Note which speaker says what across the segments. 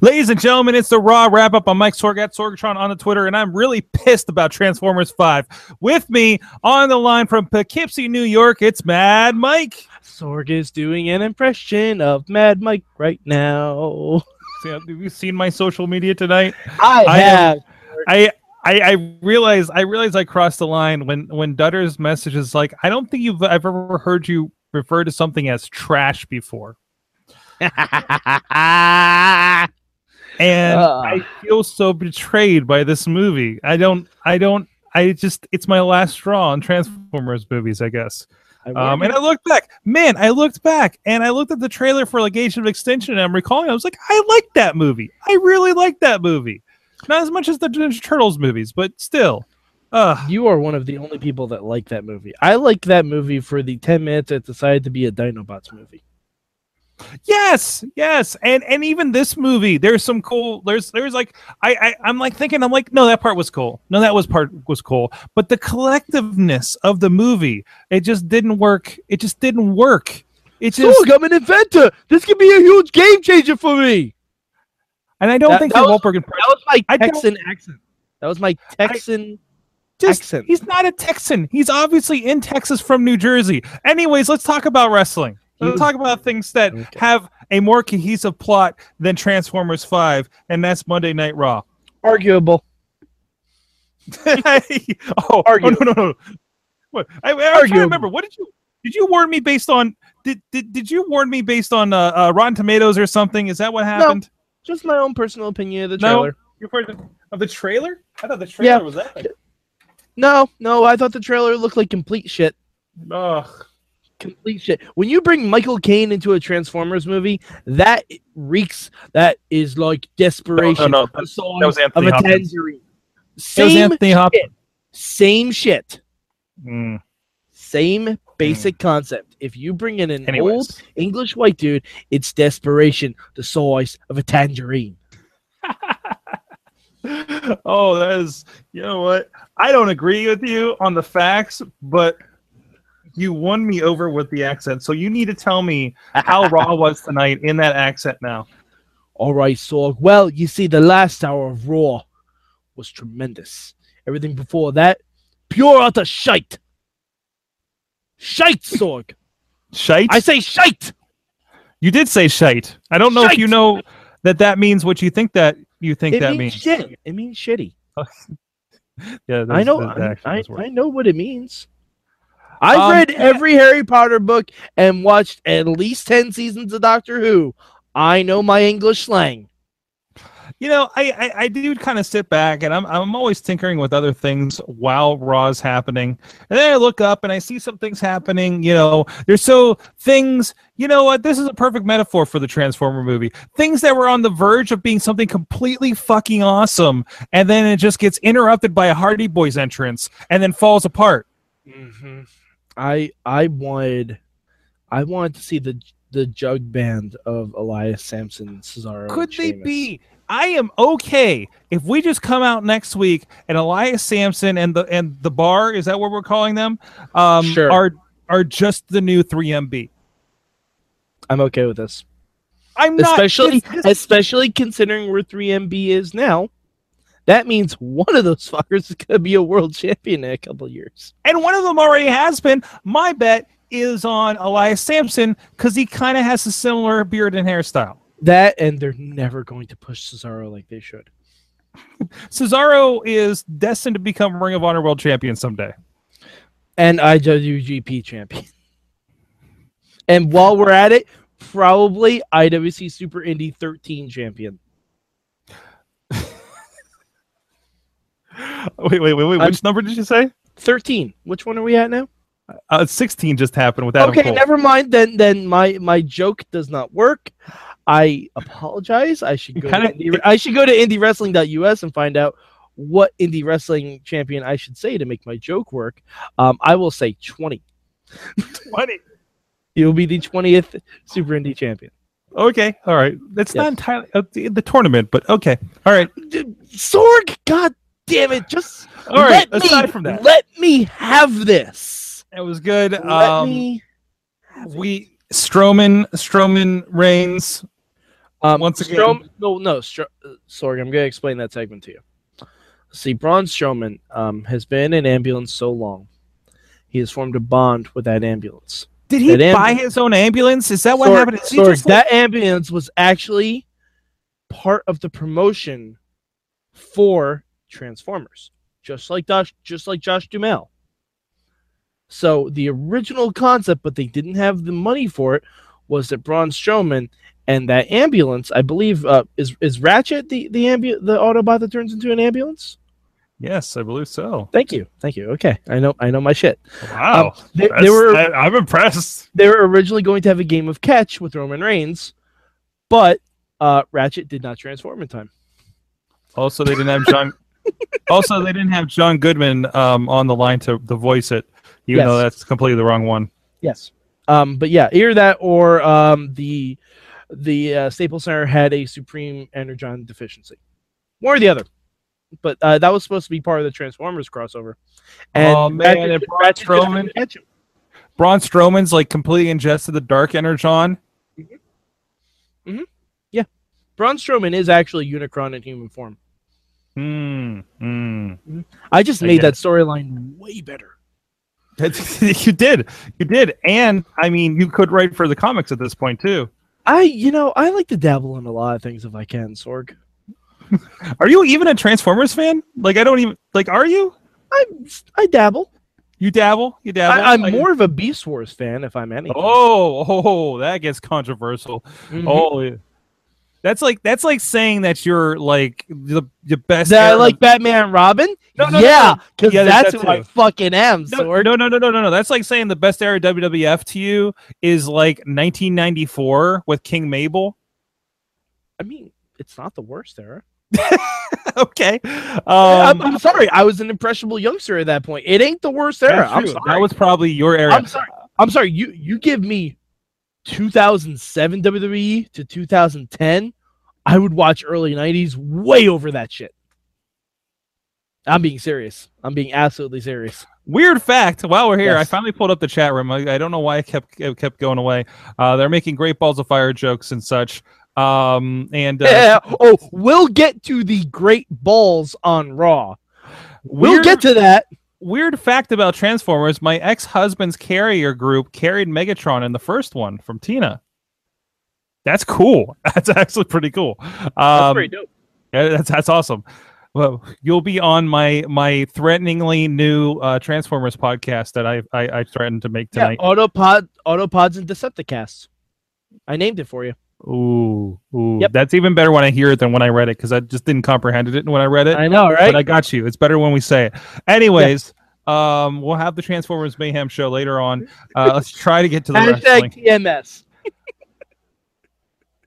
Speaker 1: Ladies and gentlemen, it's the Raw wrap up on Mike Sorg at Sorgatron on the Twitter, and I'm really pissed about Transformers 5. With me on the line from Poughkeepsie, New York, it's Mad Mike.
Speaker 2: Sorg is doing an impression of Mad Mike right now.
Speaker 1: See, Have you seen my social media tonight?
Speaker 2: I,
Speaker 1: I
Speaker 2: have.
Speaker 1: am- I. I, I realize I realize I crossed the line when when Dutter's message is like I don't think you've I've ever heard you refer to something as trash before, and
Speaker 2: Ah.
Speaker 1: I feel so betrayed by this movie. I don't I don't I just it's my last straw on Transformers movies, I guess. Um, and I looked back, man, I looked back and I looked at the trailer for Legation of Extinction and I'm recalling, I was like, I like that movie. I really like that movie. Not as much as the Ninja Turtles movies, but still. Uh,
Speaker 2: you are one of the only people that like that movie. I liked that movie for the 10 minutes it decided to be a Dinobots movie.
Speaker 1: yes, yes. And and even this movie, there's some cool there's there's like I, I I'm like thinking, I'm like, no, that part was cool. No, that was part was cool. But the collectiveness of the movie, it just didn't work. It just didn't work. It just
Speaker 2: Sorg, I'm an inventor. This could be a huge game changer for me.
Speaker 1: and I don't
Speaker 2: That-
Speaker 1: think
Speaker 2: that
Speaker 1: the
Speaker 2: was-
Speaker 1: Wahlberg impression
Speaker 2: That was my
Speaker 1: I don't-
Speaker 2: Texan accent. That was my Texan
Speaker 1: just
Speaker 2: accent.
Speaker 1: He's not a Texan. He's obviously in Texas from New Jersey. Anyways, let's talk about wrestling. Let's
Speaker 2: Huge.
Speaker 1: talk about things that
Speaker 2: Okay.
Speaker 1: have a more cohesive plot than Transformers 5, and that's Monday Night Raw.
Speaker 2: Arguable.
Speaker 1: oh, oh, no,
Speaker 2: Arguable.
Speaker 1: no, no. What? I, I'm trying to
Speaker 2: Arguable.
Speaker 1: remember. What did you did you warn me based on did did, did you warn me based on uh, uh, Rotten Tomatoes or something? Is that what happened?
Speaker 2: Just my own personal opinion of the
Speaker 1: No.
Speaker 2: trailer.
Speaker 1: You heard of- of the trailer? I thought the
Speaker 2: Yeah.
Speaker 1: trailer was epic.
Speaker 2: No, no, I thought the trailer looked like complete shit.
Speaker 1: Ugh.
Speaker 2: Complete shit. When you bring Michael Caine into a Transformers movie, that reeks. That is like desperation.
Speaker 1: no,
Speaker 2: the song
Speaker 1: that was
Speaker 2: of
Speaker 1: Anthony
Speaker 2: a
Speaker 1: Hopkins.
Speaker 2: tangerine.
Speaker 1: It was
Speaker 2: Same,
Speaker 1: Anthony Hopkins.
Speaker 2: same shit.
Speaker 1: Mm.
Speaker 2: Same basic concept. If you bring in an
Speaker 1: Hmm. Anyways.
Speaker 2: old English white dude, it's desperation, the size of a tangerine.
Speaker 1: oh, that is. You know what? I don't agree with you on the facts, but you won me over with the accent. So you need to tell me how Raw was tonight in that accent. Now,
Speaker 2: All right, Sorg. Well, you see, the last hour of Raw was tremendous. Everything before that, pure utter shite. Shite, Sorg.
Speaker 1: shite.
Speaker 2: I say shite.
Speaker 1: you did say shite. I don't know if
Speaker 2: Shite!
Speaker 1: you know that that means what you think that you think
Speaker 2: It
Speaker 1: that
Speaker 2: means
Speaker 1: means.
Speaker 2: shit. It means shitty.
Speaker 1: Yeah,
Speaker 2: I
Speaker 1: those-
Speaker 2: know.
Speaker 1: those
Speaker 2: I,
Speaker 1: actions
Speaker 2: I,
Speaker 1: were-
Speaker 2: I know what it means. I've
Speaker 1: Um,
Speaker 2: read
Speaker 1: yeah.
Speaker 2: every Harry Potter book and watched at least ten seasons of Doctor Who. I know my English slang.
Speaker 1: You know, I I, I do kind of sit back and I'm I'm always tinkering with other things while Raw's happening, and then I look up and I see some things happening. You know, there's so things. You know what? This is a perfect metaphor for the Transformer movie. Things that were on the verge of being something completely fucking awesome, and then it just gets interrupted by a Hardy Boys entrance, and then falls apart. Mm-hmm.
Speaker 2: I I wanted, I wanted to see the the jug band of Elias Sampson, Cesaro.
Speaker 1: Could
Speaker 2: and
Speaker 1: they
Speaker 2: Sheamus.
Speaker 1: be? I am okay if we just come out next week and Elias Sampson and the and the bar is that what we're calling them? Um,
Speaker 2: Sure.
Speaker 1: Are are just the new 3MB?
Speaker 2: I'm okay with this,
Speaker 1: I'm not
Speaker 2: especially
Speaker 1: it's- it's-
Speaker 2: especially considering where 3MB is now. That means one of those fuckers is gonna be a world champion in a couple years.
Speaker 1: and one of them already has been. My bet is on Elias Sampson because he kind of has a similar beard and hairstyle.
Speaker 2: That and they're never going to push Cesaro like they should.
Speaker 1: Cesaro is destined to become Ring of Honor World Champion someday.
Speaker 2: And IWGP champion. And while we're at it, probably IWC Super Indy 13 champion.
Speaker 1: Wait, wait, wait, wait.
Speaker 2: I'm-
Speaker 1: Which number did you say?
Speaker 2: 13. Which one are we at now?
Speaker 1: Uh, 16 just happened with Adam
Speaker 2: okay,
Speaker 1: Cole.
Speaker 2: never mind. Then then my my joke does not work. I apologize. I should go
Speaker 1: kinda-
Speaker 2: to indie, I should go to indiewrestling.us and find out what indie wrestling champion I should say to make my joke work. Um, I will say 20.
Speaker 1: 20.
Speaker 2: You'll be the 20th Super Indy champion.
Speaker 1: Okay, all right. That's
Speaker 2: Yes.
Speaker 1: not entirely uh, the, the tournament, but okay, all right,
Speaker 2: Dude, Sorg, god damn it, just
Speaker 1: all right.
Speaker 2: let
Speaker 1: aside
Speaker 2: me,
Speaker 1: from that,
Speaker 2: Let me have this.
Speaker 1: it was good.
Speaker 2: Let
Speaker 1: Um,
Speaker 2: me
Speaker 1: we Strowman, Strowman Reigns.
Speaker 2: Um,
Speaker 1: Once again-
Speaker 2: Strom- no, no. Stro- uh, sorry, I'm going to explain that segment to you. See, Braun Strowman um, has been in ambulance so long, he has formed a bond with that ambulance.
Speaker 1: Did he
Speaker 2: That
Speaker 1: buy
Speaker 2: ambulance-
Speaker 1: his own ambulance? Is that what
Speaker 2: Sorg-
Speaker 1: happened? Is he
Speaker 2: Sorg,
Speaker 1: just like-
Speaker 2: that ambulance was actually part of the promotion for Transformers, just like Josh, just like Josh Duhamel. So the original concept, but they didn't have the money for it, was that Braun Strowman and that ambulance, I believe, uh, is is Ratchet the the ambu- the Autobot that turns into an ambulance?
Speaker 1: yes, I believe so.
Speaker 2: Thank you, thank you. Okay, I know I know my shit.
Speaker 1: Wow.
Speaker 2: Um, They,
Speaker 1: That's-
Speaker 2: they were
Speaker 1: I, I'm impressed.
Speaker 2: they were originally going to have a game of catch with Roman Reigns, but uh, Ratchet did not transform in time.
Speaker 1: Also, they didn't have John. also, they didn't have John Goodman um, on the line to, to voice it, even
Speaker 2: Yes.
Speaker 1: though that's completely the wrong one.
Speaker 2: Yes. Um, but yeah, either that or um, the the uh, Staples Center had a supreme energon deficiency, one or the other. But uh, that was supposed to be part of the Transformers crossover. And
Speaker 1: Oh, man,
Speaker 2: Ratchet-
Speaker 1: and Braun
Speaker 2: Ratchet just
Speaker 1: Strowman.
Speaker 2: couldn't catch him.
Speaker 1: Braun Strowman's like completely ingested the dark energon.
Speaker 2: Braun Strowman is actually Unicron in human form.
Speaker 1: Hmm. Hmm.
Speaker 2: I just
Speaker 1: I
Speaker 2: made
Speaker 1: get
Speaker 2: that storyline way better.
Speaker 1: you did. You did. And I mean, you could write for the comics at this point too.
Speaker 2: I, you know, I like to dabble in a lot of things if I can, Sorg.
Speaker 1: Are you even a Transformers fan? Like, I don't even like. Are you?
Speaker 2: I, I dabble.
Speaker 1: You dabble. You dabble.
Speaker 2: I, I'm
Speaker 1: Like-
Speaker 2: more of a Beast Wars fan, if I'm any.
Speaker 1: Oh, oh, that gets controversial.
Speaker 2: Mm-hmm.
Speaker 1: Oh, that's like that's like saying that you're like the the best.
Speaker 2: that I
Speaker 1: era-
Speaker 2: like Batman and Robin?
Speaker 1: No, no, no,
Speaker 2: yeah, because
Speaker 1: Yeah, there's
Speaker 2: that's
Speaker 1: that
Speaker 2: who I
Speaker 1: too.
Speaker 2: fucking am,
Speaker 1: no,
Speaker 2: Sorg.
Speaker 1: no, no, no, no, no, no. That's like saying the best era WWF to you is like 1994 with King Mabel.
Speaker 2: I mean, it's not the worst era.
Speaker 1: okay.
Speaker 2: I'm,
Speaker 1: Um,
Speaker 2: I'm sorry, I was an impressionable youngster at that point. It ain't the worst era.
Speaker 1: that's
Speaker 2: I'm
Speaker 1: true.
Speaker 2: sorry.
Speaker 1: That was probably your era.
Speaker 2: I'm sorry. I'm sorry. You you give me 2007 WWE E to 2010, I would watch early 90s way over that shit. I'm being serious. I'm being absolutely serious.
Speaker 1: Weird fact. While we're here, I
Speaker 2: Yes.
Speaker 1: finally pulled up the chat room. I, I don't know why I kept it kept going away. Uh, they're making great balls of fire jokes and such. Um, and uh,
Speaker 2: Yeah. Oh, we'll get to the great balls on Raw. We'll
Speaker 1: weird-
Speaker 2: get to that.
Speaker 1: weird fact about Transformers: my ex-husband's carrier group carried Megatron in the first one from Tina. That's cool. That's actually pretty cool. Um,
Speaker 2: dope.
Speaker 1: Yeah, that's that's awesome. Well, you'll be on my my threateningly new uh, Transformers podcast that I, I I threatened to make
Speaker 2: Yeah,
Speaker 1: tonight.
Speaker 2: Autopod, Autopods and Decepticasts. I named it for you.
Speaker 1: Ooh, ooh,
Speaker 2: Yep.
Speaker 1: that's even better when I hear it than when I read it because I just didn't comprehend it when I read it.
Speaker 2: I know, right?
Speaker 1: But I got you. It's better when we say it. Anyways, um, we'll have the Transformers Mayhem show later on. Uh, let's try to get to the
Speaker 2: Hashtag
Speaker 1: wrestling.
Speaker 2: TMS.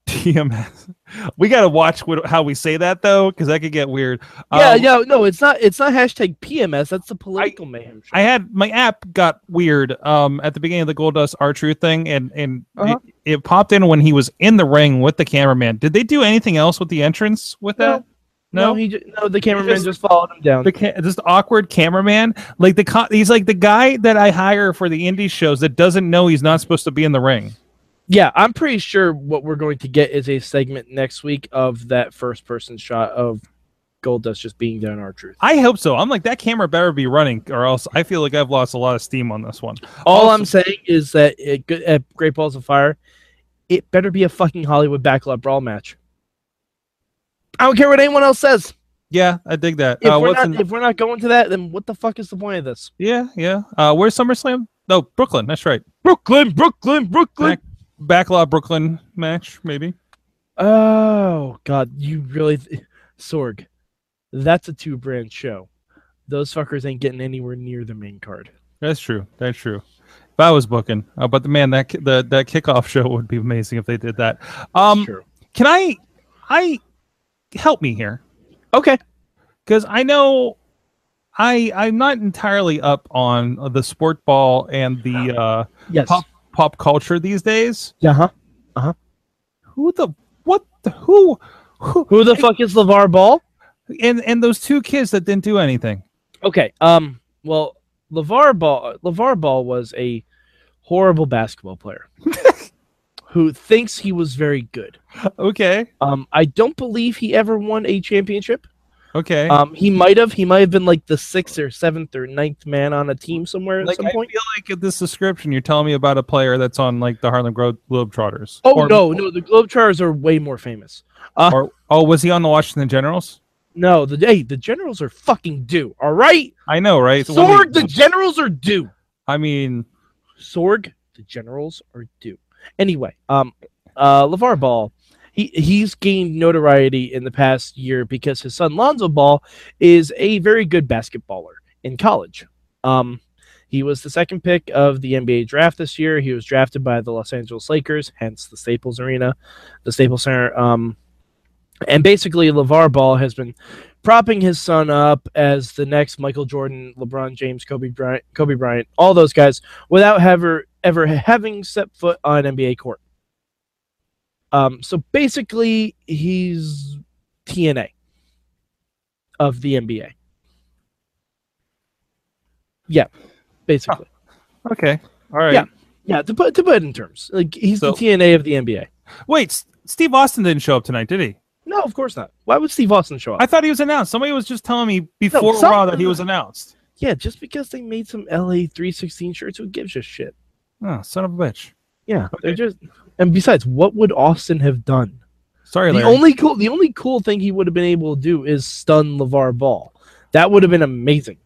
Speaker 1: TMS. We got to watch what, how we say that though, because that could get weird.
Speaker 2: Yeah,
Speaker 1: Um,
Speaker 2: no, no, it's not. It's not hashtag PMS. That's the political mayhem. Show.
Speaker 1: I had my app got weird um at the beginning of the Goldust R Truth thing and and
Speaker 2: Uh-huh.
Speaker 1: it, it popped in when he was in the ring with the cameraman. Did they do anything else with the entrance with
Speaker 2: No.
Speaker 1: that? No.
Speaker 2: he ju- no, the cameraman
Speaker 1: just-
Speaker 2: just, followed him down.
Speaker 1: the ca- this awkward cameraman, like the co- he's like the guy that I hire for the indie shows that doesn't know he's not supposed to be in the ring.
Speaker 2: yeah, I'm pretty sure what we're going to get is a segment next week of that first person shot of Goldust just being down our truth.
Speaker 1: I hope so. I'm like that camera better be running, or else I feel like I've lost a lot of steam on this one.
Speaker 2: All
Speaker 1: Also-
Speaker 2: I'm saying is that it, go- at Great Balls of Fire, it better be a fucking Hollywood backlot brawl match. I don't care what anyone else says.
Speaker 1: Yeah, I dig that.
Speaker 2: If,
Speaker 1: Uh,
Speaker 2: we're
Speaker 1: what's
Speaker 2: not,
Speaker 1: in-
Speaker 2: if we're not going to that, then what the fuck is the point of this?
Speaker 1: yeah, yeah. Uh, where's SummerSlam? No, Brooklyn. That's right.
Speaker 2: Brooklyn, Brooklyn, Brooklyn.
Speaker 1: Back, backlot Brooklyn match, maybe.
Speaker 2: Oh God, you really, th- Sorg? That's a two-brand show. Those fuckers ain't getting anywhere near the main card.
Speaker 1: That's true. That's true. If I was booking, uh, but the man that ki- the that kickoff show would be amazing if they did that. Um,
Speaker 2: Sure.
Speaker 1: can I, I, help me here?
Speaker 2: Okay.
Speaker 1: because I know I I'm not entirely up on the sport ball and the uh,
Speaker 2: Yes.
Speaker 1: pop pop culture these days.
Speaker 2: Yeah. Huh.
Speaker 1: Who the what the, who who
Speaker 2: Who the fuck is Levar Ball?
Speaker 1: and and those two kids that didn't do anything.
Speaker 2: Okay. Um. Well, Levar Ball. Levar Ball was a horrible basketball player who thinks he was very good.
Speaker 1: Okay.
Speaker 2: Um, I don't believe he ever won a championship.
Speaker 1: Okay.
Speaker 2: Um, he might have. He might have been like the sixth or seventh or ninth man on a team somewhere at
Speaker 1: like
Speaker 2: some
Speaker 1: I
Speaker 2: point.
Speaker 1: feel like in this description, you're telling me about a player that's on like the Harlem Glo- Globetrotters.
Speaker 2: Oh
Speaker 1: Or-
Speaker 2: no, no, the Globetrotters are way more famous.
Speaker 1: Or oh, was he on the Washington Generals?
Speaker 2: No, the hey, the Generals are fucking due. All right,
Speaker 1: I know, right? When they-
Speaker 2: Sorg, the Generals are due.
Speaker 1: I mean,
Speaker 2: Sorg, the Generals are due. Anyway, um, uh, Levar Ball, he he's gained notoriety in the past year because his son Lonzo Ball is a very good basketballer in college. Um, he was the second pick of the NBA draft this year. He was drafted by the Los Angeles Lakers, hence the Staples Arena, the Staples Center. Um, and basically, LeVar Ball has been propping his son up as the next Michael Jordan, LeBron James, Kobe Bryant, Kobe Bryant, all those guys, without ever ever having set foot on an NBA court. Um, so basically, he's TNA of the NBA. Yeah, basically.
Speaker 1: okay, all right.
Speaker 2: Yeah. Yeah, to put to put it in terms, like he's
Speaker 1: So-
Speaker 2: the TNA of the NBA.
Speaker 1: Wait, S- Steve Austin didn't show up tonight, did he?
Speaker 2: No, of course not. Why would Steve Austin show up?
Speaker 1: I thought he was announced. Somebody was just telling me before
Speaker 2: some-
Speaker 1: Raw that he was announced.
Speaker 2: yeah, just because they made some LA three sixteen shirts, who gives a shit?
Speaker 1: Oh, son of a bitch.
Speaker 2: Yeah, they're just. And besides, what would Austin have done?
Speaker 1: Sorry,
Speaker 2: The
Speaker 1: Larry.
Speaker 2: only cool, the only cool thing he would have been able to do is stun Levar Ball. That would have been amazing.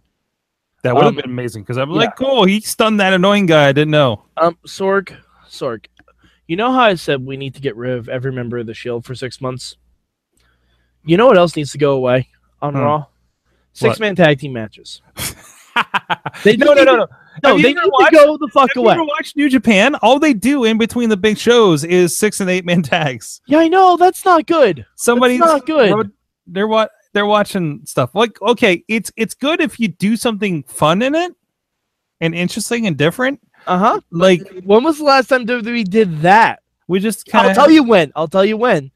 Speaker 1: that would have
Speaker 2: um,
Speaker 1: been amazing because I'm like, cool. He stunned that annoying guy. I didn't know.
Speaker 2: Um, Sorg, Sorg, you know how I said we need to get rid of every member of the Shield for six months. You know what else needs to go away on
Speaker 1: Hmm.
Speaker 2: Raw? Six man tag team matches. They
Speaker 1: no, no, no,
Speaker 2: need to-
Speaker 1: no.
Speaker 2: No,
Speaker 1: Have you
Speaker 2: they need
Speaker 1: ever
Speaker 2: to
Speaker 1: watched-
Speaker 2: go the fuck
Speaker 1: If you
Speaker 2: away.
Speaker 1: ever watch New Japan, all they do in between the big shows is six and eight man tags.
Speaker 2: Yeah, I know that's not good.
Speaker 1: Somebody's
Speaker 2: that's not good.
Speaker 1: Road- they're what they're watching stuff like okay it's it's good if you do something fun in it and interesting and different
Speaker 2: Uh huh.
Speaker 1: like
Speaker 2: When was the last time WWE did that?
Speaker 1: we just kind
Speaker 2: I'll tell you when. I'll tell you when.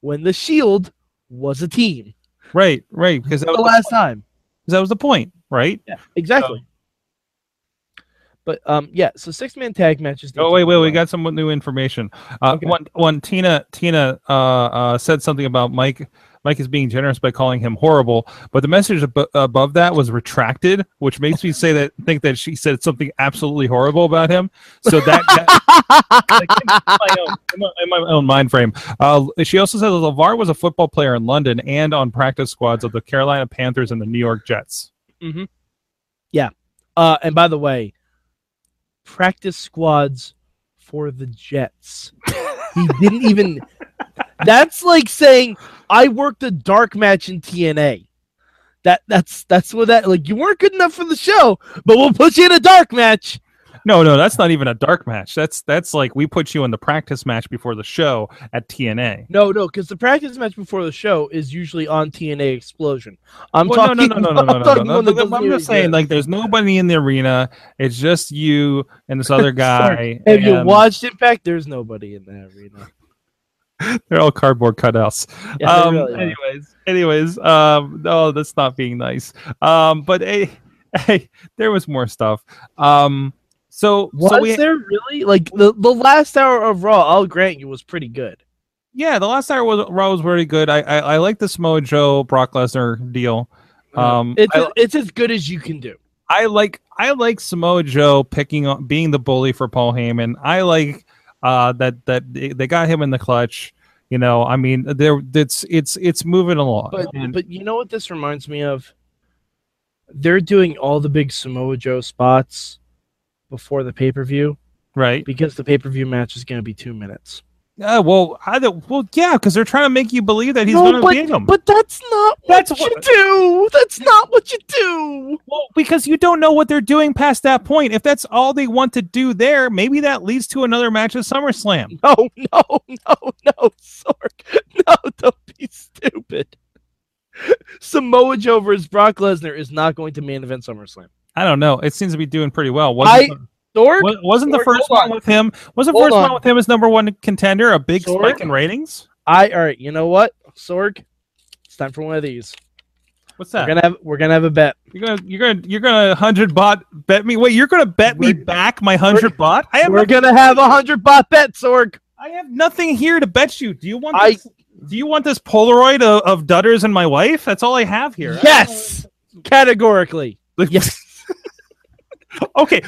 Speaker 2: When the Shield was a team.
Speaker 1: right right because that,
Speaker 2: The
Speaker 1: was-
Speaker 2: last time.
Speaker 1: 'cause that was the point right
Speaker 2: Yeah, exactly. But um, yeah. So six man tag matches.
Speaker 1: oh wait wait we got some new information uh
Speaker 2: Okay.
Speaker 1: one one tina tina uh uh said something about mike mike is being generous by calling him horrible but the message ab- above that was retracted which makes me say that think that she said something absolutely horrible about him so that like, in, my own, in, my, in my own mind frame. Uh, she also said that LeVar was a football player in London and on practice squads of the Carolina Panthers and the New York Jets.
Speaker 2: Uh, and by the way, practice squads for the Jets. he didn't even. That's like saying I worked a dark match in TNA. That that's that's what that like. You weren't good enough for the show, but we'll put you in a dark match.
Speaker 1: No, no, that's not even a dark match. That's that's like we put you in the practice match before the show at TNA.
Speaker 2: No, no, because the practice match before the show is usually on TNA Explosion. I'm
Speaker 1: Well,
Speaker 2: talking.
Speaker 1: no, no, no, no,
Speaker 2: I'm
Speaker 1: no, no,
Speaker 2: talking
Speaker 1: no,
Speaker 2: one
Speaker 1: no.
Speaker 2: that
Speaker 1: no. I'm
Speaker 2: doesn't
Speaker 1: just
Speaker 2: really
Speaker 1: saying,
Speaker 2: get-
Speaker 1: like, there's nobody in the arena. It's just you and this other guy.
Speaker 2: Have you
Speaker 1: and
Speaker 2: watched Impact? There's nobody in that arena.
Speaker 1: They're all cardboard cutouts.
Speaker 2: Yeah, they
Speaker 1: um,
Speaker 2: really are.
Speaker 1: anyways, anyways, um, no, that's not being nice. Um, but hey, hey, there was more stuff. Um, so,
Speaker 2: Was
Speaker 1: so we,
Speaker 2: there really like the, the last hour of Raw? I'll grant you was pretty good.
Speaker 1: yeah, the last hour was Raw was really good. I, I, I like the Samoa Joe Brock Lesnar deal. Um,
Speaker 2: it's
Speaker 1: I,
Speaker 2: it's as good as you can do.
Speaker 1: I like I like Samoa Joe picking on being the bully for Paul Heyman. I like uh, that that they they got him in the clutch. You know, I mean, there it's it's it's moving along.
Speaker 2: But
Speaker 1: And-
Speaker 2: but you know what this reminds me of? They're doing all the big Samoa Joe spots before the pay per view
Speaker 1: right.
Speaker 2: because the pay per view match is going to be two minutes.
Speaker 1: Uh, well, I don't, well, yeah, because they're trying to make you believe that he's
Speaker 2: No,
Speaker 1: going to
Speaker 2: but-
Speaker 1: beat him.
Speaker 2: But that's not
Speaker 1: That's
Speaker 2: what you
Speaker 1: what-
Speaker 2: do. That's not what you do.
Speaker 1: well, because you don't know what they're doing past that point. If that's all they want to do there, maybe that leads to another match at SummerSlam.
Speaker 2: No, no, no, no, Sork. No, don't be stupid. Samoa Joe versus Brock Lesnar is not going to main event SummerSlam.
Speaker 1: I don't know. It seems to be doing pretty well. Wasn't,
Speaker 2: I-
Speaker 1: the,
Speaker 2: Sork,
Speaker 1: wa- wasn't the
Speaker 2: Sorg,
Speaker 1: first
Speaker 2: hold
Speaker 1: one
Speaker 2: on.
Speaker 1: with him? Was the
Speaker 2: Hold
Speaker 1: first
Speaker 2: on.
Speaker 1: one with him as number one contender a big
Speaker 2: Sorg?
Speaker 1: spike in ratings?
Speaker 2: I all right. You know what, Sorg? It's time for one of these.
Speaker 1: What's
Speaker 2: We're
Speaker 1: that?
Speaker 2: gonna have we're gonna have a bet.
Speaker 1: you're gonna you're gonna you're gonna hundred bot bet me. Wait, you're gonna bet me
Speaker 2: We're-
Speaker 1: back my hundred bot? I have
Speaker 2: We're gonna have a hundred bot bet, Sorg.
Speaker 1: I have nothing here to bet you. Do you want
Speaker 2: I-
Speaker 1: this, do you want this Polaroid of, of Dutters and my wife? That's all I have here. I don't
Speaker 2: Yes, categorically.
Speaker 1: know-
Speaker 2: Yes.
Speaker 1: Okay.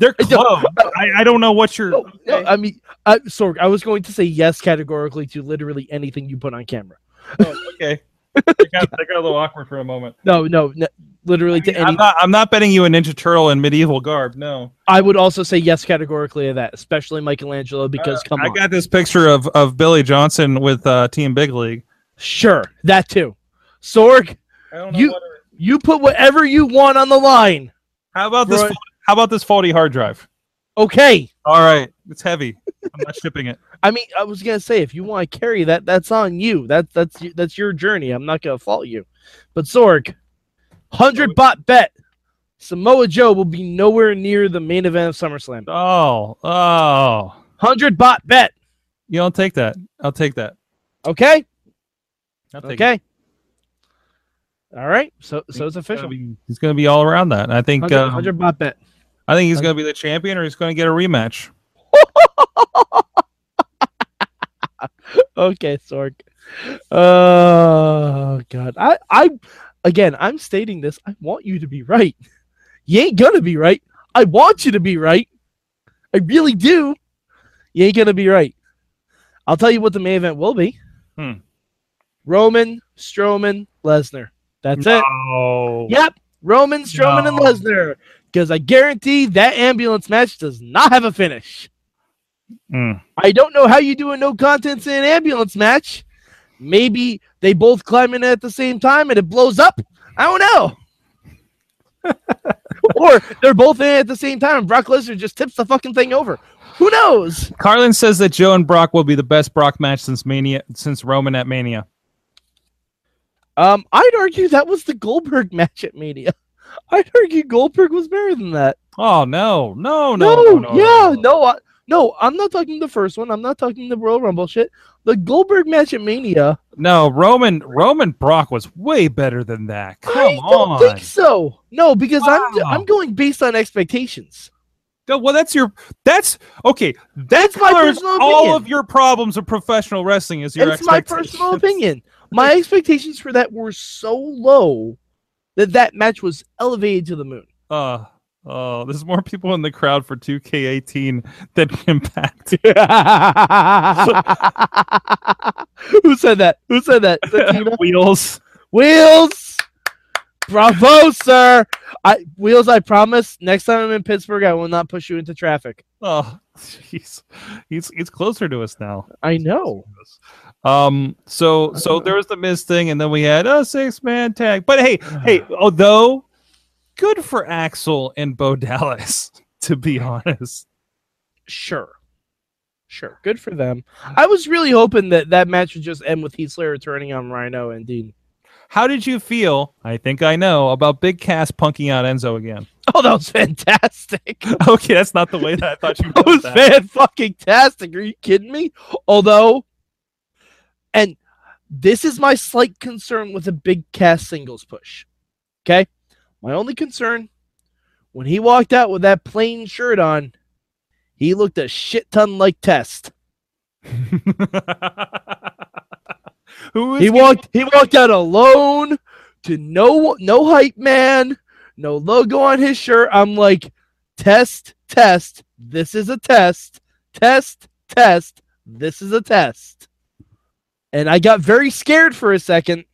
Speaker 1: They're
Speaker 2: I don't-
Speaker 1: closed. I, I don't know what you're
Speaker 2: No, no, I mean, I, Sorg, I was going to say yes categorically to literally anything you put on camera.
Speaker 1: Oh, okay. That got, that got a little awkward for a moment.
Speaker 2: No, no, no literally to
Speaker 1: I'm
Speaker 2: any.
Speaker 1: not, I'm not betting you a Ninja Turtle in medieval garb. No,
Speaker 2: I would also say yes categorically to that, especially Michelangelo, because come
Speaker 1: I
Speaker 2: on,
Speaker 1: got this picture of, of Billy Johnson with uh, Team Big League.
Speaker 2: sure that too. Sorg,
Speaker 1: I don't
Speaker 2: know You- what you put whatever you want on the line.
Speaker 1: how about this?
Speaker 2: Roy-
Speaker 1: fo- How about this faulty hard drive?
Speaker 2: Okay.
Speaker 1: All right, it's heavy. I'm not shipping it.
Speaker 2: I mean, I was gonna say if you want to carry that, that's on you. That that's y- that's your journey. I'm not gonna fault you. But Sorg, hundred bot bet. Samoa Joe will be nowhere near the main event of SummerSlam.
Speaker 1: Oh, oh,
Speaker 2: Hundred bot bet.
Speaker 1: you don't take that. I'll take that.
Speaker 2: Okay.
Speaker 1: I'll take it.
Speaker 2: Okay. All right. So so
Speaker 1: He's
Speaker 2: it's
Speaker 1: gonna
Speaker 2: official.
Speaker 1: be- He's going to be all around that. And I think.
Speaker 2: Hundred
Speaker 1: Um,
Speaker 2: hundred bot bet.
Speaker 1: I think he's going to be the champion, or he's going to get a rematch.
Speaker 2: Okay, Sorg. Oh God. I I again. I'm stating this. I want you to be right. You ain't gonna be right. I want you to be right. I really do. You ain't gonna be right. I'll tell you what the main event will be.
Speaker 1: Hmm.
Speaker 2: Roman, Strowman, Lesnar. That's it.
Speaker 1: Oh,
Speaker 2: Yep. Roman, Strowman, and
Speaker 1: No.
Speaker 2: Lesnar. Because I guarantee that ambulance match does not have a finish. I don't know how you do a no contents in an ambulance match. Maybe they both climb in at the same time and it blows up. I don't know. or they're both in at the same time and Brock Lesnar just tips the fucking thing over. Who knows?
Speaker 1: Carlin says that Joe and Brock will be the best Brock match since Mania, since Roman at Mania.
Speaker 2: Um, I'd argue that was the Goldberg match at Mania. I'd argue Goldberg was better than that.
Speaker 1: Oh no, no, no,
Speaker 2: No,
Speaker 1: no, no,
Speaker 2: yeah, no, I, no. I'm not talking the first one. I'm not talking the Royal Rumble shit. The Goldberg match at Mania.
Speaker 1: no. Roman, Roman Brock was way better than that. Come
Speaker 2: I
Speaker 1: on.
Speaker 2: don't think so. No, because I'm
Speaker 1: Wow.
Speaker 2: I'm going based on expectations.
Speaker 1: No, Well, that's your. That's okay. That's
Speaker 2: That's my
Speaker 1: my
Speaker 2: personal
Speaker 1: all
Speaker 2: opinion.
Speaker 1: of your problems of professional wrestling is your.
Speaker 2: It's my
Speaker 1: expectations.
Speaker 2: personal opinion. My expectations for that were so low that that match was elevated to the moon.
Speaker 1: Uh, oh, there's more people in the crowd for 2K18 than Impact.
Speaker 2: Who said that? Who said that? Is that Tina?
Speaker 1: Wheels.
Speaker 2: Wheels. Bravo, sir. I Wheels, I promise next time I'm in Pittsburgh I will not push you into traffic.
Speaker 1: Oh, jeez. He's he's closer to us now.
Speaker 2: I know.
Speaker 1: Um. So so
Speaker 2: Uh-huh.
Speaker 1: there was the Miz thing, and then we had a six man tag. But hey, hey. Although, good for Axel and Bo Dallas. To be honest,
Speaker 2: Sure. Sure. Good for them. I was really hoping that that match would just end with Heath Slater turning on Rhino and Dean.
Speaker 1: how did you feel? I think I know about Big Cass punking out Enzo again.
Speaker 2: Oh, that was fantastic.
Speaker 1: okay, that's not the way that I thought you. wrote
Speaker 2: That was fan fucking tastic. Are you kidding me? Although, and this is my slight concern with a big cast singles push. Okay, my only concern when he walked out with that plain shirt on, he looked a shit ton like Test.
Speaker 1: Who is
Speaker 2: He walked. He walked out alone, to no no hype man, no logo on his shirt. I'm like, test, test. This is a test. Test, test. This is a test. And I got very scared for a second.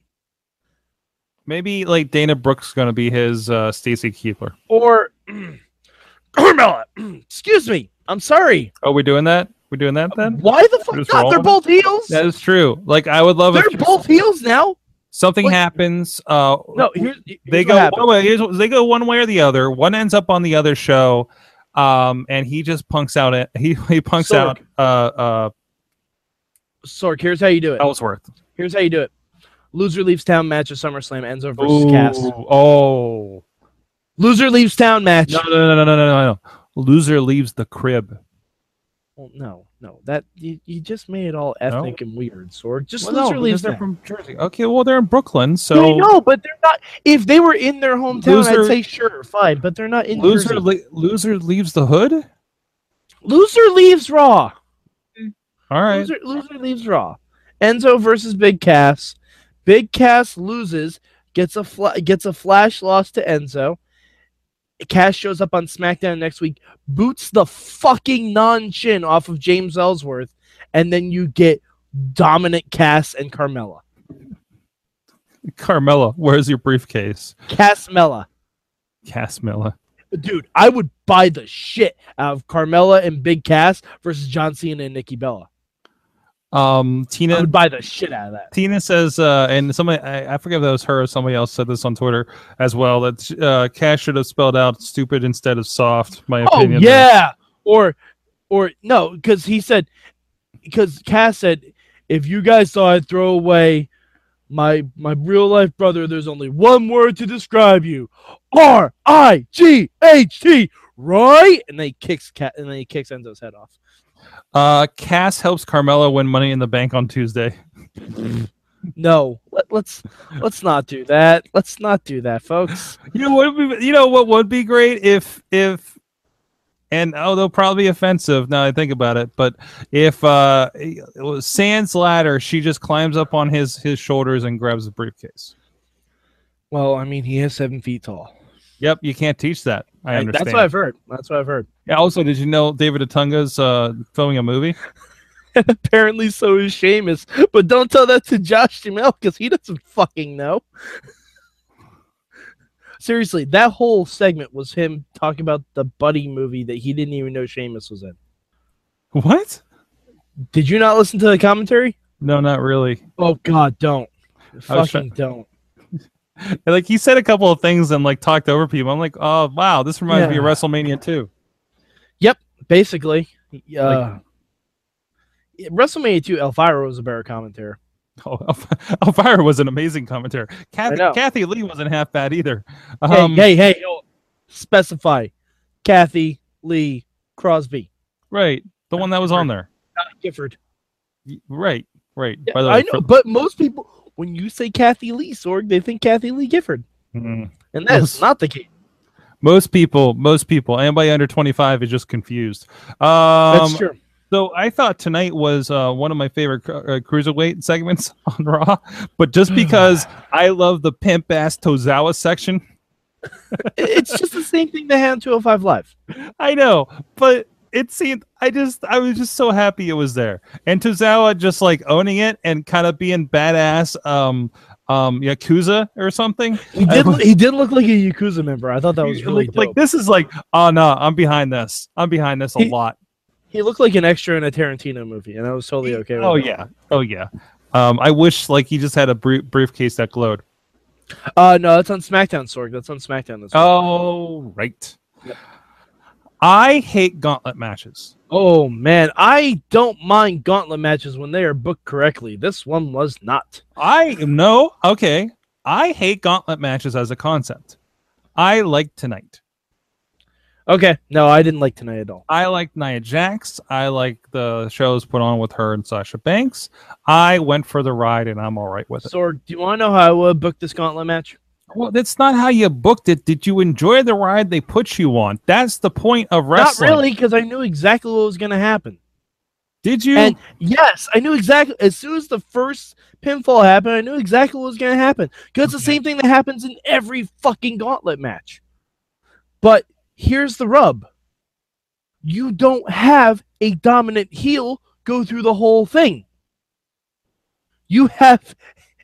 Speaker 1: Maybe like Dana Brooks going to be his uh, Stacy Keebler.
Speaker 2: Or Carmella. Excuse me. I'm sorry.
Speaker 1: Oh, we're doing that. We're doing that then.
Speaker 2: Why the fuck
Speaker 1: Just
Speaker 2: not? They're
Speaker 1: rolling?
Speaker 2: both heels.
Speaker 1: That is true. Like I would love
Speaker 2: They're
Speaker 1: if
Speaker 2: both heels now.
Speaker 1: something
Speaker 2: What-
Speaker 1: happens. Uh,
Speaker 2: No, here's, here's
Speaker 1: they
Speaker 2: what
Speaker 1: go
Speaker 2: happened.
Speaker 1: one way. Here's, what- they go one way or the other. One ends up on the other show, um, and he just punks out. It. He he punks
Speaker 2: Sorg.
Speaker 1: out uh, uh,
Speaker 2: Sork. Here's how you do it.
Speaker 1: Ellsworth.
Speaker 2: Here's how you do it. Loser leaves town match at SummerSlam. Enzo versus Cass.
Speaker 1: Ooh, Oh
Speaker 2: Loser leaves town match.
Speaker 1: no no no no no no no! Loser leaves the crib.
Speaker 2: Well, no, no. That you, you just made it all ethnic and weird, Sorg. Just
Speaker 1: Well, no,
Speaker 2: loser
Speaker 1: because
Speaker 2: leaves
Speaker 1: they're
Speaker 2: town.
Speaker 1: from Jersey. Okay, well they're in Brooklyn,
Speaker 2: So
Speaker 1: so
Speaker 2: no, but they're not. If they were in their hometown,
Speaker 1: Loser-
Speaker 2: I'd say sure, fine. But they're not in
Speaker 1: loser
Speaker 2: Jersey.
Speaker 1: le- loser leaves the hood.
Speaker 2: loser leaves Raw.
Speaker 1: All right.
Speaker 2: Loser, loser leaves Raw. Enzo versus Big Cass. Big Cass loses, gets a fla- gets a flash loss to Enzo. Cass shows up on SmackDown next week, boots the fucking non chin off of James Ellsworth, and then you get dominant Cass and Carmella.
Speaker 1: Carmella, where's your briefcase?
Speaker 2: Cass Mella.
Speaker 1: Casmilla.
Speaker 2: Dude, I would buy the shit out of Carmella and Big Cass versus John Cena and Nikki Bella.
Speaker 1: Um,
Speaker 2: I
Speaker 1: Tina
Speaker 2: would buy the shit out of that.
Speaker 1: Tina says, uh, and somebody I, I forget if that was her or somebody else said this on Twitter as well that uh, Cash should have spelled out stupid instead of soft. My
Speaker 2: Oh
Speaker 1: opinion.
Speaker 2: yeah, or or no, because he said because Cass said if you guys saw I throw away my my real life brother, there's only one word to describe you: R I G H T. Right, and they kicks cat, and then he kicks Enzo's head off.
Speaker 1: Uh, Cass helps Carmella win Money in the Bank on Tuesday.
Speaker 2: No, let, let's let's not do that. Let's not do that, folks.
Speaker 1: You know what? Would be, you know what would be great if if, and oh, they'll probably be offensive now that I think about it. But if uh, it was Sans ladder, she just climbs up on his his shoulders and grabs the briefcase.
Speaker 2: Well, I mean, he is seven feet tall.
Speaker 1: Yep, you can't teach that. I
Speaker 2: Like,
Speaker 1: understand.
Speaker 2: That's what I've heard. That's what I've heard.
Speaker 1: Yeah, also, did you know David Otunga's uh, filming a movie?
Speaker 2: Apparently, so is Seamus. But don't tell that to Josh Jamel because he doesn't fucking know. Seriously, that whole segment was him talking about the Buddy movie that he didn't even know Seamus was in.
Speaker 1: What?
Speaker 2: Did you not listen to the commentary?
Speaker 1: No, not really.
Speaker 2: Oh God, don't
Speaker 1: was
Speaker 2: fucking don't.
Speaker 1: Like he said a couple of things and like talked over people. I'm like, oh wow, this reminds me of
Speaker 2: Yeah.
Speaker 1: WrestleMania too.
Speaker 2: Basically, uh, WrestleMania 2, Elvira was a better commentator.
Speaker 1: Oh, Elf- Elvira was an amazing commentator. Kathy,
Speaker 2: know.
Speaker 1: Kathy Lee wasn't half bad either.
Speaker 2: Hey,
Speaker 1: Um,
Speaker 2: hey, hey, yo, specify Kathy Lee Crosby,
Speaker 1: Right, the one that was on there.
Speaker 2: not Gifford.
Speaker 1: Y- Right, right.
Speaker 2: Yeah,
Speaker 1: By the
Speaker 2: I
Speaker 1: way,
Speaker 2: know,
Speaker 1: for-
Speaker 2: but most people, when you say Kathy Lee Sorg, they think Kathy Lee Gifford,
Speaker 1: Mm.
Speaker 2: and that's
Speaker 1: Yes.
Speaker 2: not the case.
Speaker 1: most people, most people, anybody under 25 is just confused. Um,
Speaker 2: That's true.
Speaker 1: So I thought tonight was uh, one of my favorite cru- uh, cruiserweight segments on Raw, but
Speaker 2: Hmm.
Speaker 1: just because I love the pimp ass Tozawa section,
Speaker 2: It- it's just the same thing they had on 205 Live.
Speaker 1: I know, but it seemed I just I was just so happy it was there, and Tozawa just like owning it and kind of being badass, um, um, yakuza or something.
Speaker 2: He
Speaker 1: I
Speaker 2: did.
Speaker 1: was-
Speaker 2: He did look like a Yakuza member. I thought that was
Speaker 1: Like-
Speaker 2: really
Speaker 1: like,
Speaker 2: dope.
Speaker 1: this is like oh no, I'm behind this. I'm behind this a
Speaker 2: He-
Speaker 1: lot.
Speaker 2: He looked like an extra in a Tarantino movie, and I was totally okay. With
Speaker 1: oh
Speaker 2: it.
Speaker 1: yeah, oh yeah. Um, I wish like he just had a br- briefcase that glowed.
Speaker 2: Uh, no, that's on SmackDown, Sorg. That's on SmackDown. This week.
Speaker 1: Oh, right. I hate gauntlet matches.
Speaker 2: oh man, I don't mind gauntlet matches when they are booked correctly. This one was not.
Speaker 1: I no, okay. I hate gauntlet matches as a concept. I like tonight.
Speaker 2: Okay, no, I didn't like tonight at all.
Speaker 1: I like Nia Jax. I like the shows put on with her and Sasha Banks. I went for the ride and I'm all right with it.
Speaker 2: Sorg, do you want to know how I would book this gauntlet match?
Speaker 1: Well, that's not how you booked it. Did you enjoy the ride they put you on? That's the point of wrestling.
Speaker 2: Not really, because I knew exactly what was going to happen.
Speaker 1: Did you?
Speaker 2: And yes, I knew exactly as soon as the first pinfall happened, I knew exactly what was going to happen. Because it's the
Speaker 1: Okay.
Speaker 2: same thing that happens in every fucking gauntlet match. But here's the rub: you don't have a dominant heel go through the whole thing. You have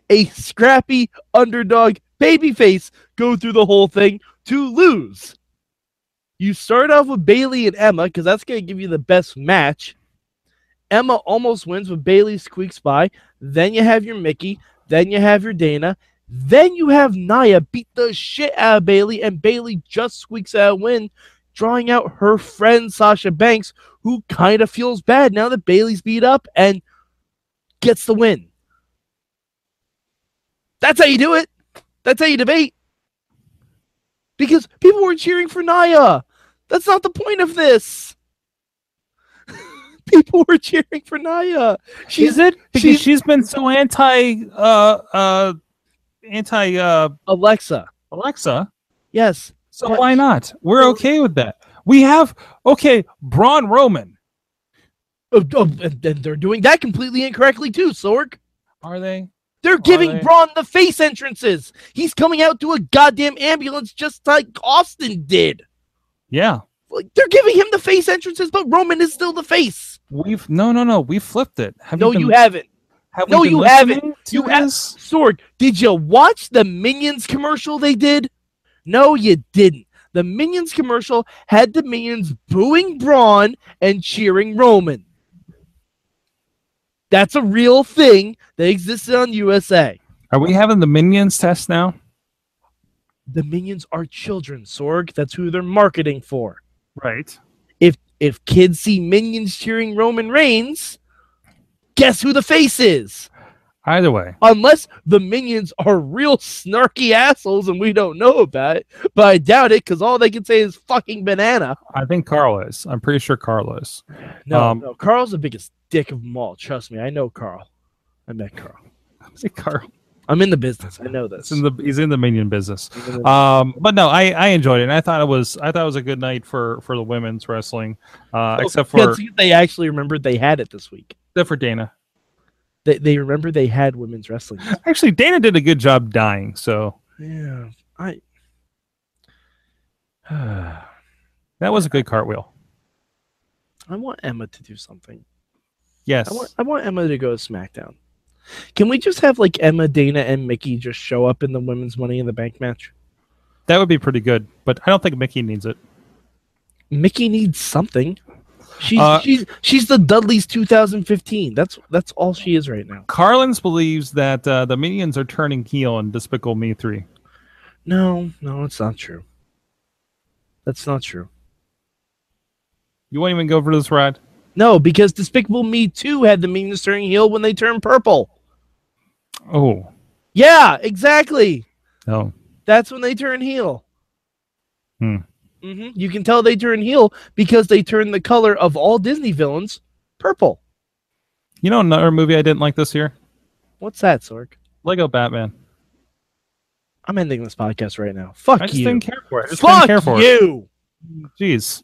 Speaker 2: a scrappy underdog babyface go through the whole thing to lose. You start off with Bailey and Emma because that's going to give you the best match. Emma almost wins, but Bailey squeaks by. Then you have your Mickey. Then you have your Dana. Then you have Naya beat the shit out of Bailey, and Bailey just squeaks out a win, drawing out her friend Sasha Banks, who kind of feels bad now that Bailey's beat up and gets the win. That's how you do it. That's how you debate. Because people were cheering for Naya. That's not the point of this people were cheering for Naya. She's
Speaker 1: Is it because
Speaker 2: she's-
Speaker 1: she's been so anti uh uh anti uh
Speaker 2: Alexa.
Speaker 1: Alexa.
Speaker 2: Yes.
Speaker 1: So
Speaker 2: But-
Speaker 1: why not? We're
Speaker 2: Well-
Speaker 1: okay with that. We have okay, Braun Roman.
Speaker 2: Oh, oh, and then they're doing that completely incorrectly too, Sorg.
Speaker 1: Are they?
Speaker 2: They're giving
Speaker 1: they?
Speaker 2: Braun the face entrances. He's coming out to a goddamn ambulance just like Austin did.
Speaker 1: Yeah.
Speaker 2: Like they're giving him the face entrances, but Roman is still the face.
Speaker 1: We've no, no, no. We flipped it. Have
Speaker 2: no,
Speaker 1: been-
Speaker 2: you haven't.
Speaker 1: have we
Speaker 2: no,
Speaker 1: been
Speaker 2: you
Speaker 1: listening To
Speaker 2: You ha-
Speaker 1: this?
Speaker 2: Sorg, did you watch the Minions commercial they did? No, you didn't. The Minions commercial had the Minions booing Braun and cheering Roman. That's a real thing that existed on USA.
Speaker 1: Are we having the minions test now?
Speaker 2: The Minions are children, Sorg. That's who they're marketing for.
Speaker 1: Right.
Speaker 2: If if kids see Minions cheering Roman Reigns, guess who the face is?
Speaker 1: Either way,
Speaker 2: unless the minions are real snarky assholes and we don't know about it. But I doubt it because all they can say is fucking banana.
Speaker 1: I think Carl is. I'm pretty sure Carl is.
Speaker 2: No,
Speaker 1: Um,
Speaker 2: no, Carl's the biggest dick of them all. Trust me, I know Carl. I met Carl.
Speaker 1: Is it Carl?
Speaker 2: I'm in the business. I know this.
Speaker 1: He's in the he's in the minion business.
Speaker 2: I'm in the-
Speaker 1: Um, but no, I I enjoyed it. And I thought it was I thought it was a good night for for the women's wrestling. Uh,
Speaker 2: Oh,
Speaker 1: except for
Speaker 2: Let's see if they actually remembered they had it this week.
Speaker 1: except for Dana.
Speaker 2: They, they remember they had women's wrestling. this week.
Speaker 1: Actually, Dana did a good job dying. So
Speaker 2: yeah, I.
Speaker 1: that was a good cartwheel.
Speaker 2: I want Emma to do something.
Speaker 1: Yes.
Speaker 2: I want, I want Emma to go to SmackDown. Can we just have like Emma, Dana, and Mickey just show up in the women's Money in the Bank match?
Speaker 1: That would be pretty good, but I don't think Mickey needs it.
Speaker 2: Mickey needs something. She's
Speaker 1: Uh,
Speaker 2: she's she's the Dudley's 2015. That's that's all she is right now.
Speaker 1: Carlins believes that uh, the minions are turning heel in Despicable Me 3.
Speaker 2: No, no, it's not true. That's not true.
Speaker 1: You won't even go for this ride?
Speaker 2: No, because Despicable Me 2 had the meanest turning heel when they turned purple.
Speaker 1: Oh,
Speaker 2: Yeah, exactly.
Speaker 1: no.
Speaker 2: That's when they turn heel.
Speaker 1: Hmm.
Speaker 2: hmm You can tell they turn heel because they turn the color of all Disney villains purple.
Speaker 1: You know another movie I didn't like this year?
Speaker 2: What's that, Sork?
Speaker 1: Lego Batman.
Speaker 2: I'm ending this podcast right now. Fuck
Speaker 1: I just
Speaker 2: you.
Speaker 1: didn't care for it. I just
Speaker 2: Fuck
Speaker 1: didn't care for
Speaker 2: you.
Speaker 1: it. Jeez.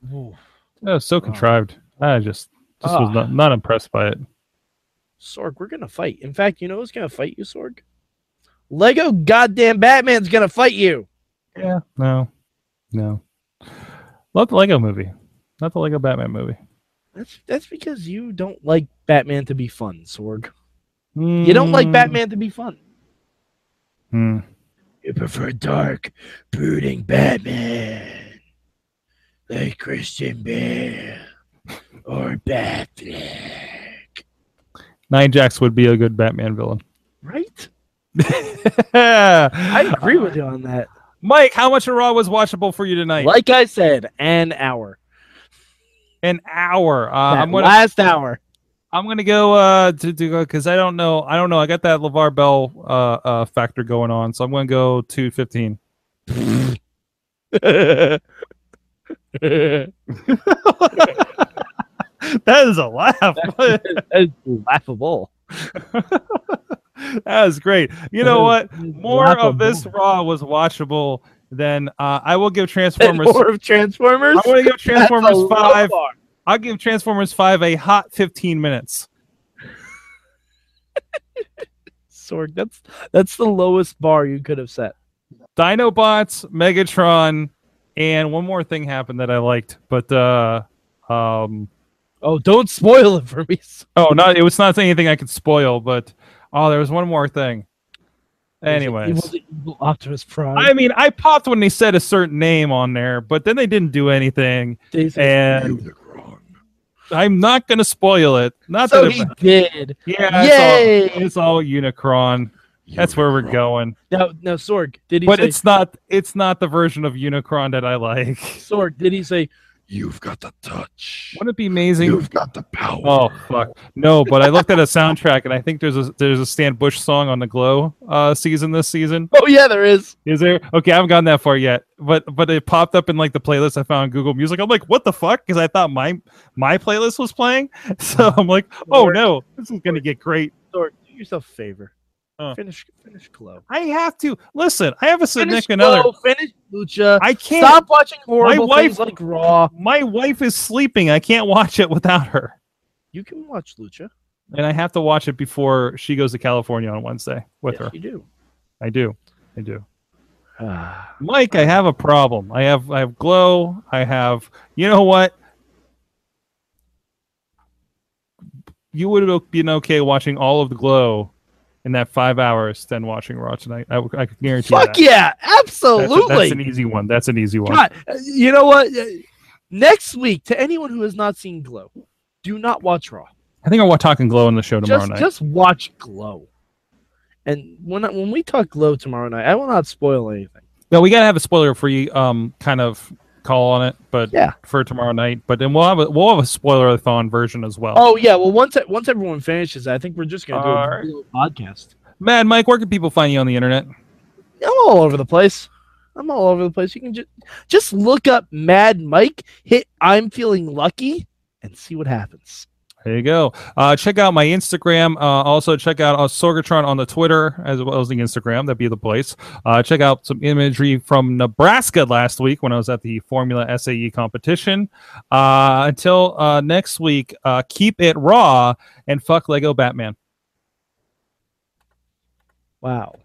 Speaker 1: That was so contrived. I just, just
Speaker 2: Ah.
Speaker 1: was not, not impressed by it.
Speaker 2: Sorg, we're gonna fight. In fact, you know who's gonna fight you, Sorg? Lego goddamn Batman's gonna fight you.
Speaker 1: Yeah. No. No. Love the Lego movie. Not the Lego Batman movie.
Speaker 2: That's that's because you don't like Batman to be fun, Sorg. You don't like
Speaker 1: Mm,
Speaker 2: Batman to be fun.
Speaker 1: mm.
Speaker 2: You prefer dark, brooding Batman. Like Christian Bale or Batman.
Speaker 1: Nine Jacks would be a good Batman villain.
Speaker 2: Right? I
Speaker 1: I
Speaker 2: agree with you on that.
Speaker 1: Mike, how much of Raw was watchable for you tonight?
Speaker 2: Like I said, an hour.
Speaker 1: An hour. Uh, I'm
Speaker 2: That
Speaker 1: gonna
Speaker 2: last hour.
Speaker 1: I'm gonna go uh to, to go because I don't know I don't know I got that Levar Bell uh, uh factor going on, so I'm gonna go to 15.
Speaker 2: That's
Speaker 1: That is a laugh. that
Speaker 2: laughable.
Speaker 1: was great. You know what?
Speaker 2: That is
Speaker 1: More of this
Speaker 2: laughable.
Speaker 1: Raw was watchable than uh, I will give
Speaker 2: And
Speaker 1: Transformers.
Speaker 2: More of Transformers.
Speaker 1: I'm gonna give
Speaker 2: That's a
Speaker 1: Transformers
Speaker 2: low
Speaker 1: five.
Speaker 2: bar.
Speaker 1: I'll give Transformers five a hot 15 minutes.
Speaker 2: Sorg, that's that's the lowest bar you could have set.
Speaker 1: Dinobots, Megatron, and one more thing happened that I liked, but uh um
Speaker 2: Oh, don't spoil it for me.
Speaker 1: oh not it was not anything I could spoil, but oh there was one more thing.
Speaker 2: He
Speaker 1: Anyways.
Speaker 2: was an evil Optimus Prime.
Speaker 1: I mean I popped when they said a certain name on there, but then they didn't do anything.
Speaker 2: They said,
Speaker 1: And
Speaker 2: "You were wrong."
Speaker 1: I'm not gonna spoil it. Not
Speaker 2: so
Speaker 1: that it,
Speaker 2: he did.
Speaker 1: Yeah,
Speaker 2: Yay!
Speaker 1: it's all, it's all Unicron. That's where we're going.
Speaker 2: Now, now, Sorg, did he
Speaker 1: But
Speaker 2: say?
Speaker 1: it's not it's not the version of Unicron that I like.
Speaker 2: Sorg, did he say?
Speaker 3: You've got the touch.
Speaker 1: Wouldn't it be amazing
Speaker 3: You've got the power.
Speaker 1: Oh fuck no! But I looked at a soundtrack, and I think there's a there's a Stan Bush song on the Glow uh, season this season.
Speaker 2: Oh yeah, there is.
Speaker 1: Is there? Okay, I haven't gotten that far yet, but but it popped up in like the playlist I found on Google Music. I'm like, what the fuck? Because I thought my my playlist was playing, so I'm like, oh no, this is gonna get great.
Speaker 2: Sorg, do yourself a favor.
Speaker 1: Huh.
Speaker 2: Finish, finish Glow.
Speaker 1: I have to listen. I have a
Speaker 2: Finish
Speaker 1: Nick another.
Speaker 2: Glow, Finish Lucha.
Speaker 1: I can't.
Speaker 2: Stop watching horrible
Speaker 1: wife-
Speaker 2: things like Raw.
Speaker 1: My wife is sleeping. I can't watch it without her.
Speaker 2: You can watch Lucha.
Speaker 1: and I have to watch it before she goes to California on Wednesday with
Speaker 2: Yes,
Speaker 1: her.
Speaker 2: you do.
Speaker 1: I do. I do.
Speaker 2: Ah,
Speaker 1: Mike, I have a problem. I have I have glow. I have you know what? You would have been okay watching all of the glow in that five hours than watching Raw tonight. I, I can guarantee you
Speaker 2: fuck
Speaker 1: that.
Speaker 2: yeah,
Speaker 1: That's, a-
Speaker 2: absolutely.
Speaker 1: that's an easy one. That's an easy one.
Speaker 2: God, uh, you know what? Uh, Next week, to anyone who has not seen Glow, do not watch Raw.
Speaker 1: I think I will talk and glow on the show tomorrow
Speaker 2: just,
Speaker 1: night.
Speaker 2: just watch Glow. And when I, when we talk Glow tomorrow night, I will not spoil anything.
Speaker 1: No, we gotta have a spoiler free um kind of call on it, but
Speaker 2: Yeah.
Speaker 1: for tomorrow night. But then we'll have a we'll have a spoiler thon version as well.
Speaker 2: Oh yeah, well once once everyone finishes, I think we're just gonna do a
Speaker 1: Alright.
Speaker 2: little podcast.
Speaker 1: Mad Mike, where can people find you on the internet?
Speaker 2: I'm all over the place. I'm all over the place. You can just just look up Mad Mike, hit I'm feeling lucky, and see what happens.
Speaker 1: There you go. Uh, check out my Instagram. Uh, also, check out uh, Sorgatron on the Twitter as well as the Instagram. That'd be the place. Uh, check out some imagery from Nebraska last week when I was at the Formula SAE competition. Uh, until uh, next week, uh, keep it raw and fuck Lego Batman.
Speaker 2: Wow.